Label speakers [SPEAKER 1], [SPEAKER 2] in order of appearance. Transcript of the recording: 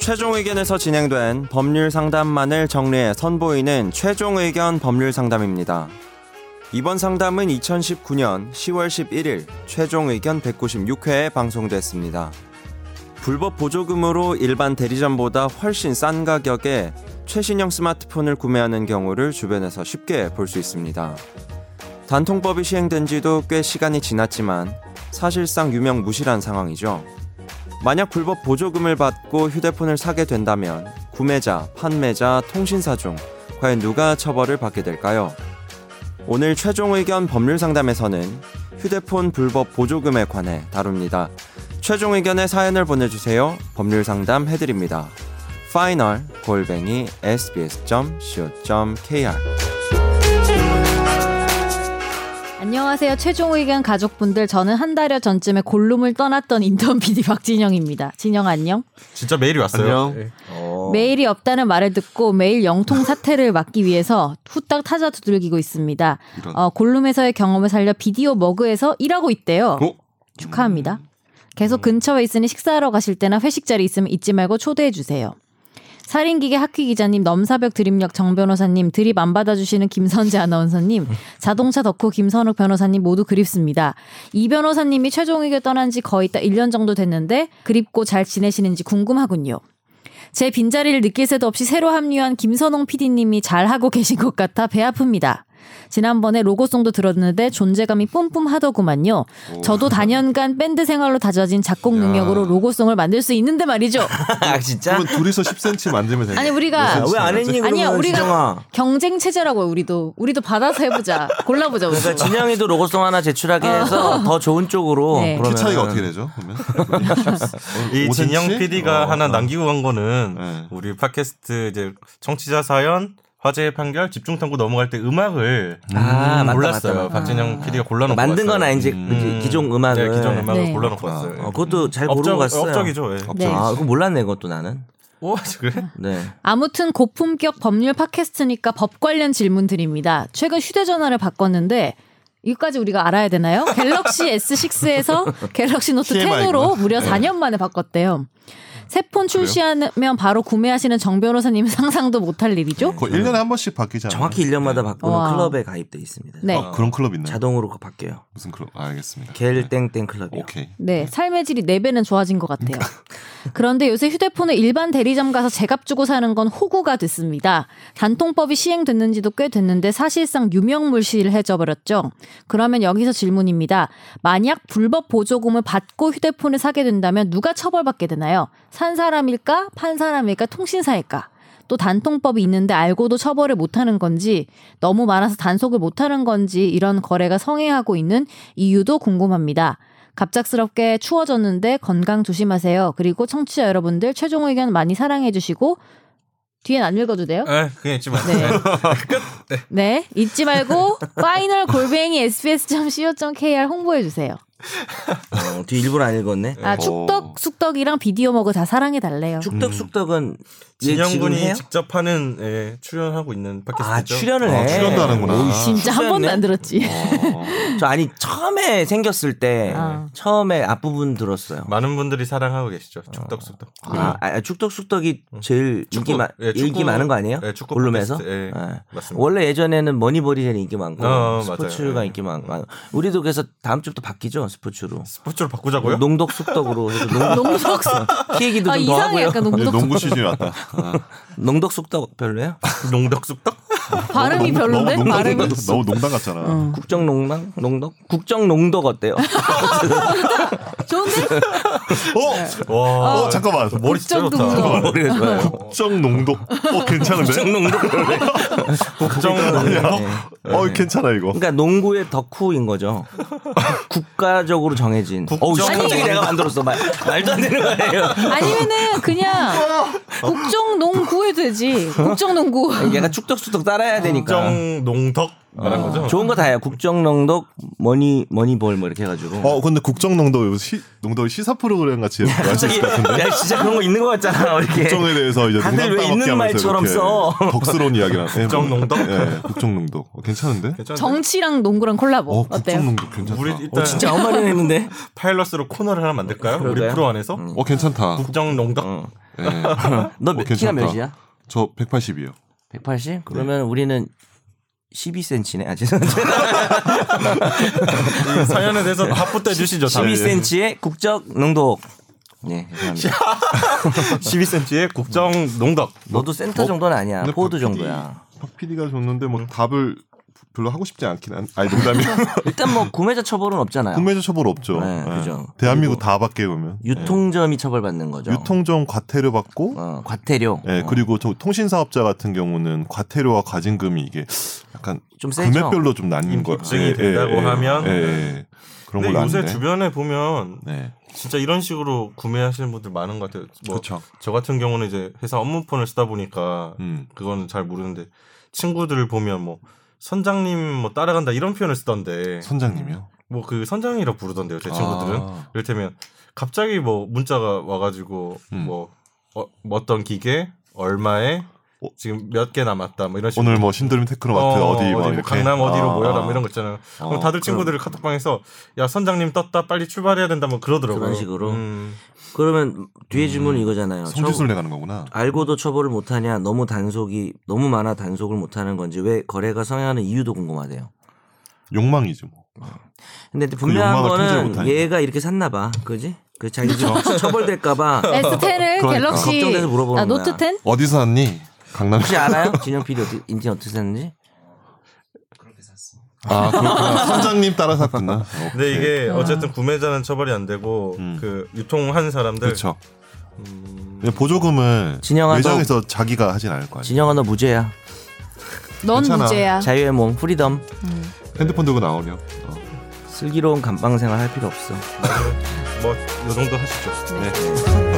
[SPEAKER 1] 최종 의견에서 진행된 법률 상담만을 정리해 선보이는 최종 의견 법률 상담입니다. 이번 상담은 2019년 10월 11일 최종 의견 196회에 방송됐습니다. 불법 보조금으로 일반 대리점보다 훨씬 싼 가격에 최신형 스마트폰을 구매하는 경우를 주변에서 쉽게 볼 수 있습니다. 단통법이 시행된 지도 꽤 시간이 지났지만 사실상 유명 무실한 상황이죠. 만약 불법 보조금을 받고 휴대폰을 사게 된다면 구매자, 판매자, 통신사 중 과연 누가 처벌을 받게 될까요? 오늘 최종 의견 법률 상담에서는 휴대폰 불법 보조금에 관해 다룹니다. 최종 의견의 사연을 보내주세요. 법률 상담 해드립니다. 파이널 골뱅이 sbs.co.kr
[SPEAKER 2] 안녕하세요. 최종 의견 가족분들. 저는 한 달여 전쯤에 골룸을 떠났던 인턴 PD 박진영입니다. 진영 안녕.
[SPEAKER 3] 진짜 메일이 왔어요.
[SPEAKER 4] 안녕.
[SPEAKER 2] 메일이 없다는 말을 듣고 메일 영통 사태를 막기 위해서 후딱 타자 두들기고 있습니다.
[SPEAKER 4] 이런.
[SPEAKER 2] 어, 골룸에서의 경험을 살려 비디오 머그에서 일하고 있대요.
[SPEAKER 4] 어? 음.
[SPEAKER 2] 축하합니다. 계속 근처에 있으니 식사하러 가실 때나 회식 자리 있으면 잊지 말고 초대해 주세요. 살인기계 학휘 기자님, 넘사벽 드림력 정 변호사님, 드립 안 받아주시는 김선재 아나운서님, 자동차 덕후 김선욱 변호사님 모두 그립습니다. 이 변호사님이 최종 의견 떠난 지 거의 딱 1년 정도 됐는데 그립고 잘 지내시는지 궁금하군요. 제 빈자리를 느낄 새도 없이 새로 합류한 김선홍 PD님이 잘하고 계신 것 같아 배 아픕니다. 지난번에 로고송도 들었는데 존재감이 뿜뿜하더구만요. 저도 단연간 밴드 생활로 다져진 작곡 능력으로 로고송을 만들 수 있는데 말이죠.
[SPEAKER 3] 아 진짜?
[SPEAKER 4] 그러면 둘이서 10cm 만들면 되겠다.
[SPEAKER 2] 아니 우리가
[SPEAKER 3] 왜 안 했니 그러면
[SPEAKER 2] 아니야 우리가
[SPEAKER 3] 진영아?
[SPEAKER 2] 경쟁 체제라고 우리도 우리도 받아서 해보자 골라보자 우리.
[SPEAKER 3] 그러니까 진영이도 로고송 하나 제출하게 해서 더 좋은 쪽으로
[SPEAKER 2] 어. 네. 키
[SPEAKER 4] 키
[SPEAKER 3] 뭐 그러면은-
[SPEAKER 4] 차이가 어떻게 되죠? 그러면
[SPEAKER 5] 이
[SPEAKER 4] 5cm?
[SPEAKER 5] 진영 PD가
[SPEAKER 4] 어,
[SPEAKER 5] 하나
[SPEAKER 4] 어.
[SPEAKER 5] 남기고 간 거는
[SPEAKER 4] 네.
[SPEAKER 5] 우리 팟캐스트 이제 청취자 사연 화제의 판결 집중 탐구 넘어갈 때 음악을
[SPEAKER 3] 아, 맞다,
[SPEAKER 5] 골랐어요.
[SPEAKER 3] 맞다, 맞다.
[SPEAKER 5] 박진영 PD가 골라놓고
[SPEAKER 3] 만든 건
[SPEAKER 5] 왔어요.
[SPEAKER 3] 아닌지
[SPEAKER 5] 음.
[SPEAKER 3] 기종 음악을
[SPEAKER 5] 네, 기종 음악을
[SPEAKER 2] 네.
[SPEAKER 5] 골라놓고
[SPEAKER 4] 그렇구나.
[SPEAKER 5] 왔어요.
[SPEAKER 3] 어, 그것도 잘 고르고
[SPEAKER 5] 업적,
[SPEAKER 3] 갔어요.
[SPEAKER 5] 업적이죠. 예.
[SPEAKER 2] 네.
[SPEAKER 3] 아 그거 몰랐네 그것도 나는.
[SPEAKER 5] 오, 그래?
[SPEAKER 3] 네.
[SPEAKER 2] 아무튼 고품격 법률 팟캐스트니까 법 관련 질문 드립니다. 최근 휴대전화를 바꿨는데 이까지 우리가 알아야 되나요? 갤럭시 S6에서 갤럭시 노트
[SPEAKER 4] TMI 구나.
[SPEAKER 2] 10으로 무려 4년 만에 바꿨대요. 새 폰 출시하면 바로 구매하시는 정 변호사님 상상도 못할 일이죠?
[SPEAKER 4] 거의 1년에 한 번씩 바뀌잖아요.
[SPEAKER 3] 정확히 1년마다 바꾸는
[SPEAKER 2] 와.
[SPEAKER 3] 클럽에 가입돼 있습니다. 어,
[SPEAKER 2] 네.
[SPEAKER 4] 아, 그런 클럽 있나요?
[SPEAKER 3] 자동으로 바뀌어요.
[SPEAKER 4] 무슨 클럽? 아, 알겠습니다.
[SPEAKER 3] 겔 땡땡 클럽이요.
[SPEAKER 4] 오케이.
[SPEAKER 2] 네, 삶의 질이 4배는 좋아진 것 같아요. 그런데 요새 휴대폰을 일반 대리점 가서 제값 주고 사는 건 호구가 됐습니다. 단통법이 시행됐는지도 꽤 됐는데 사실상 유명물실해져버렸죠. 그러면 여기서 질문입니다. 만약 불법 보조금을 받고 휴대폰을 사게 된다면 누가 처벌받게 되나요? 산 사람일까? 판 사람일까? 통신사일까? 또 단통법이 있는데 알고도 처벌을 못하는 건지 너무 많아서 단속을 못하는 건지 이런 거래가 성행하고 있는 이유도 궁금합니다. 갑작스럽게 추워졌는데 건강 조심하세요. 그리고 청취자 여러분들 최종 의견 많이 사랑해 주시고 뒤엔 안 읽어도 돼요?
[SPEAKER 5] 에, 그냥 있지 마.
[SPEAKER 2] 네. 네. 잊지 말고 파이널 골뱅이 sbs.co.kr 홍보해 주세요.
[SPEAKER 3] 어, 뒤 일부러 안 읽었네.
[SPEAKER 2] 아, 축덕 숙덕이랑 비디오 먹어 다 사랑해 달래요.
[SPEAKER 3] 축덕 숙덕은 얘
[SPEAKER 5] 진영
[SPEAKER 3] 지금
[SPEAKER 5] 군이
[SPEAKER 3] 해요?
[SPEAKER 5] 직접 하는 예, 출연하고 있는
[SPEAKER 3] 아
[SPEAKER 5] 팟캐스트죠. 어,
[SPEAKER 3] 출연을
[SPEAKER 4] 아,
[SPEAKER 3] 해.
[SPEAKER 4] 출연도 하는구나.
[SPEAKER 3] 오,
[SPEAKER 2] 진짜 한 번도 안 들었지.
[SPEAKER 3] 저 아니 처음에 생겼을 때
[SPEAKER 2] 아.
[SPEAKER 3] 처음에 앞부분 들었어요.
[SPEAKER 5] 많은 분들이 사랑하고 계시죠. 축덕숙덕.
[SPEAKER 3] 아, 아, 축덕숙덕이
[SPEAKER 5] 네.
[SPEAKER 3] 제일
[SPEAKER 5] 음. 축구,
[SPEAKER 3] 인기, 마,
[SPEAKER 5] 예, 축구,
[SPEAKER 3] 인기 많은 거 아니에요?
[SPEAKER 5] 예, 축구
[SPEAKER 3] 골룸에서?
[SPEAKER 5] 팟캐스트, 예,
[SPEAKER 3] 예.
[SPEAKER 5] 맞습니다.
[SPEAKER 3] 원래 예전에는 머니볼이 제일 인기 많고
[SPEAKER 5] 어,
[SPEAKER 3] 스포츠가
[SPEAKER 5] 맞아요. 예.
[SPEAKER 3] 인기 많고 우리도 그래서 다음 주부터 바뀌죠 스포츠로
[SPEAKER 5] 스포츠로 바꾸자고요?
[SPEAKER 3] 농덕숙덕으로 해서 농,
[SPEAKER 2] 농덕
[SPEAKER 3] 키 얘기도
[SPEAKER 2] 아,
[SPEAKER 3] 좀 더
[SPEAKER 2] 이상해
[SPEAKER 3] 하고요
[SPEAKER 2] 약간
[SPEAKER 4] 이제
[SPEAKER 2] 농덕
[SPEAKER 4] 네, 농구 시즌이 왔다.
[SPEAKER 3] 농덕숙덕 별로예요?
[SPEAKER 5] 농덕숙덕?
[SPEAKER 2] 발음이 별론데 어.
[SPEAKER 4] 너무, 농담,
[SPEAKER 2] 발음이
[SPEAKER 4] 너무 농담 같잖아.
[SPEAKER 3] 국정농당? 농덕? 국정농덕 어때요?
[SPEAKER 2] 좋은데? 네.
[SPEAKER 4] 어?
[SPEAKER 5] 와,
[SPEAKER 4] 어, 잠깐만.
[SPEAKER 5] 머리 진짜
[SPEAKER 2] 국정
[SPEAKER 5] 좋다.
[SPEAKER 2] 농덕.
[SPEAKER 3] 머리가 좋아요
[SPEAKER 4] 국정 농독. 어, 괜찮은데?
[SPEAKER 3] 국정농덕 별로예요?
[SPEAKER 5] 국정농덕.
[SPEAKER 3] 네.
[SPEAKER 4] 어, 괜찮아, 이거.
[SPEAKER 3] 그러니까 농구의 덕후인 거죠 국가적으로 정해진
[SPEAKER 5] 국정-
[SPEAKER 3] 어우 씨,
[SPEAKER 5] 아니.
[SPEAKER 3] 갑자기 내가 만들었어 말, 말도 안 되는 거예요
[SPEAKER 2] 아니면은 그냥 국정농구 해도 되지. 국정농구.
[SPEAKER 3] 얘가 축덕축덕 따라야 되니까.
[SPEAKER 5] 음. 국정농덕 말한
[SPEAKER 3] 어,
[SPEAKER 5] 거죠?
[SPEAKER 3] 좋은 거 다야. 국정농덕, 머니 머니볼 뭐 이렇게 해가지고.
[SPEAKER 4] 어 근데 국정농도 시, 농도 시사 프로그램 같이
[SPEAKER 3] 네.
[SPEAKER 4] 말씀하실 것 같은데
[SPEAKER 3] 야 진짜 그런 거 있는 거 같잖아. 이렇게.
[SPEAKER 4] 국정에 대해서 이제
[SPEAKER 3] 다들
[SPEAKER 4] 농담
[SPEAKER 3] 왜
[SPEAKER 4] 따먹기
[SPEAKER 3] 있는
[SPEAKER 4] 하면서
[SPEAKER 3] 말처럼
[SPEAKER 4] 이렇게
[SPEAKER 3] 써?
[SPEAKER 4] 덕스러운 이야기랑
[SPEAKER 5] 국정농도?
[SPEAKER 4] 예, 국정농도 어, 괜찮은데?
[SPEAKER 5] 괜찮은데?
[SPEAKER 2] 정치랑 농구랑 콜라보
[SPEAKER 3] 뭐,
[SPEAKER 4] 어
[SPEAKER 2] 어, 때요
[SPEAKER 4] 국정농도 괜찮다.
[SPEAKER 5] 우리
[SPEAKER 3] 어,
[SPEAKER 5] 일단
[SPEAKER 3] 진짜 아무 말이나 했는데.
[SPEAKER 5] 파일럿으로 코너를 하나 만들까요? 우리
[SPEAKER 3] 그러게요.
[SPEAKER 5] 프로 안에서
[SPEAKER 4] 어 괜찮다.
[SPEAKER 5] 국정농덕
[SPEAKER 3] 어.
[SPEAKER 4] 예.
[SPEAKER 3] 너
[SPEAKER 4] 어,
[SPEAKER 3] 몇- 키가
[SPEAKER 4] 괜찮다.
[SPEAKER 3] 몇이야?
[SPEAKER 4] 저 180이요.
[SPEAKER 3] 180? 그러면 우리는 12cm네. 아 죄송합니다.
[SPEAKER 5] 이 사연에 대해서 하부 때
[SPEAKER 4] 네.
[SPEAKER 5] 주시죠.
[SPEAKER 3] 12cm의 국정농독. 네 죄송합니다.
[SPEAKER 5] 12cm의 국정농덕.
[SPEAKER 3] 너도 센터 정도는 아니야.
[SPEAKER 4] 뭐, 근데
[SPEAKER 3] 포워드
[SPEAKER 4] 박 PD
[SPEAKER 3] 정도야.
[SPEAKER 4] 박 PD가
[SPEAKER 5] 네.
[SPEAKER 4] 줬는데 뭐 답을 별로 하고 싶지 않긴 한. 아니 농담이.
[SPEAKER 3] 일단 뭐 구매자 처벌은 없잖아요.
[SPEAKER 4] 구매자 처벌 없죠.
[SPEAKER 3] 네,
[SPEAKER 4] 예.
[SPEAKER 3] 그죠.
[SPEAKER 4] 대한민국 다 받게 보면
[SPEAKER 3] 유통점이 처벌받는 거죠.
[SPEAKER 4] 유통점 과태료 받고.
[SPEAKER 3] 어, 과태료.
[SPEAKER 4] 예,
[SPEAKER 3] 어,
[SPEAKER 4] 그리고 저 통신사업자 같은 경우는 과태료와 과징금이 이게 약간
[SPEAKER 3] 좀 세죠.
[SPEAKER 4] 금액별로 좀 나뉜 거
[SPEAKER 5] 입증이 된다고 하면?
[SPEAKER 4] 예, 예. 그런
[SPEAKER 5] 근데
[SPEAKER 4] 걸로
[SPEAKER 5] 요새
[SPEAKER 4] 아는데.
[SPEAKER 5] 주변에 보면
[SPEAKER 4] 네.
[SPEAKER 5] 진짜 이런 식으로 구매하시는 분들 많은 것 같아요. 뭐
[SPEAKER 4] 그쵸.
[SPEAKER 5] 저 같은 경우는 이제 회사 업무폰을 쓰다 보니까
[SPEAKER 4] 음.
[SPEAKER 5] 그거는 잘 모르는데 친구들을 보면 뭐 선장님 뭐 따라간다 이런 표현을 쓰던데
[SPEAKER 4] 선장님이요.
[SPEAKER 5] 뭐 그 선장이라 부르던데요 제 친구들은
[SPEAKER 4] 아.
[SPEAKER 5] 이를테면 갑자기 뭐 문자가 와가지고
[SPEAKER 4] 음.
[SPEAKER 5] 뭐, 어, 뭐 어떤 기계 얼마에
[SPEAKER 4] 어?
[SPEAKER 5] 지금 몇 개 남았다 뭐 이런 식으로
[SPEAKER 4] 오늘 뭐 신드롬 테크노마트
[SPEAKER 5] 어,
[SPEAKER 4] 어, 디뭐
[SPEAKER 5] 뭐
[SPEAKER 4] 이렇게
[SPEAKER 5] 강남 어디로
[SPEAKER 4] 아,
[SPEAKER 5] 모여라
[SPEAKER 4] 아.
[SPEAKER 5] 뭐 이런 거 있잖아요.
[SPEAKER 4] 어,
[SPEAKER 5] 그럼 다들 친구들 카톡방에서 야 선장님 떴다 빨리 출발해야 된다 뭐 그러더라고요.
[SPEAKER 3] 그런 식으로?
[SPEAKER 5] 음.
[SPEAKER 3] 그러면 뒤에 질문은 이거잖아요.
[SPEAKER 4] 음. 성지순례 가는 거구나.
[SPEAKER 3] 알고도 처벌을 못하냐 너무 단속이 너무 많아 단속을 못하는 건지 왜 거래가 성행하는 이유도 궁금하대요.
[SPEAKER 4] 욕망이지 뭐.
[SPEAKER 3] 근데 분명한
[SPEAKER 4] 그 욕망을 통제를
[SPEAKER 3] 거는
[SPEAKER 4] 못하니까.
[SPEAKER 3] 얘가 이렇게 샀나봐, 그지? 그 자기 혹시 처벌될까봐
[SPEAKER 2] S10을
[SPEAKER 4] 그러니까.
[SPEAKER 2] 갤럭시
[SPEAKER 3] 걱정돼서 물어보는
[SPEAKER 2] 아,
[SPEAKER 3] 거야.
[SPEAKER 2] 노트 10?
[SPEAKER 4] 어디서 샀니? 강남.
[SPEAKER 3] 혹시 알아요? 진영 PD 어떻게 인턴 어떻게 샀는지?
[SPEAKER 4] 아 그렇구나. 선장님 따라 샀구나.
[SPEAKER 3] 네.
[SPEAKER 4] 어, 음.
[SPEAKER 5] 근데
[SPEAKER 4] 네,
[SPEAKER 5] 이게 어쨌든 구매자는 처벌이 안 되고 그 유통한 사람들
[SPEAKER 4] 그렇죠. 보조금을
[SPEAKER 3] 음. 진영아,
[SPEAKER 4] 매장에서 자기가 하진 않을 거 아니야.
[SPEAKER 3] 진영아 너 무죄야.
[SPEAKER 2] 넌
[SPEAKER 4] 괜찮아.
[SPEAKER 2] 무죄야.
[SPEAKER 3] 자유의 몸, 프리덤.
[SPEAKER 4] 핸드폰 들고 나오냐. 어.
[SPEAKER 3] 슬기로운 감방 생활 할 필요 없어.
[SPEAKER 5] 뭐 뭐이 정도 하시죠.
[SPEAKER 4] 네.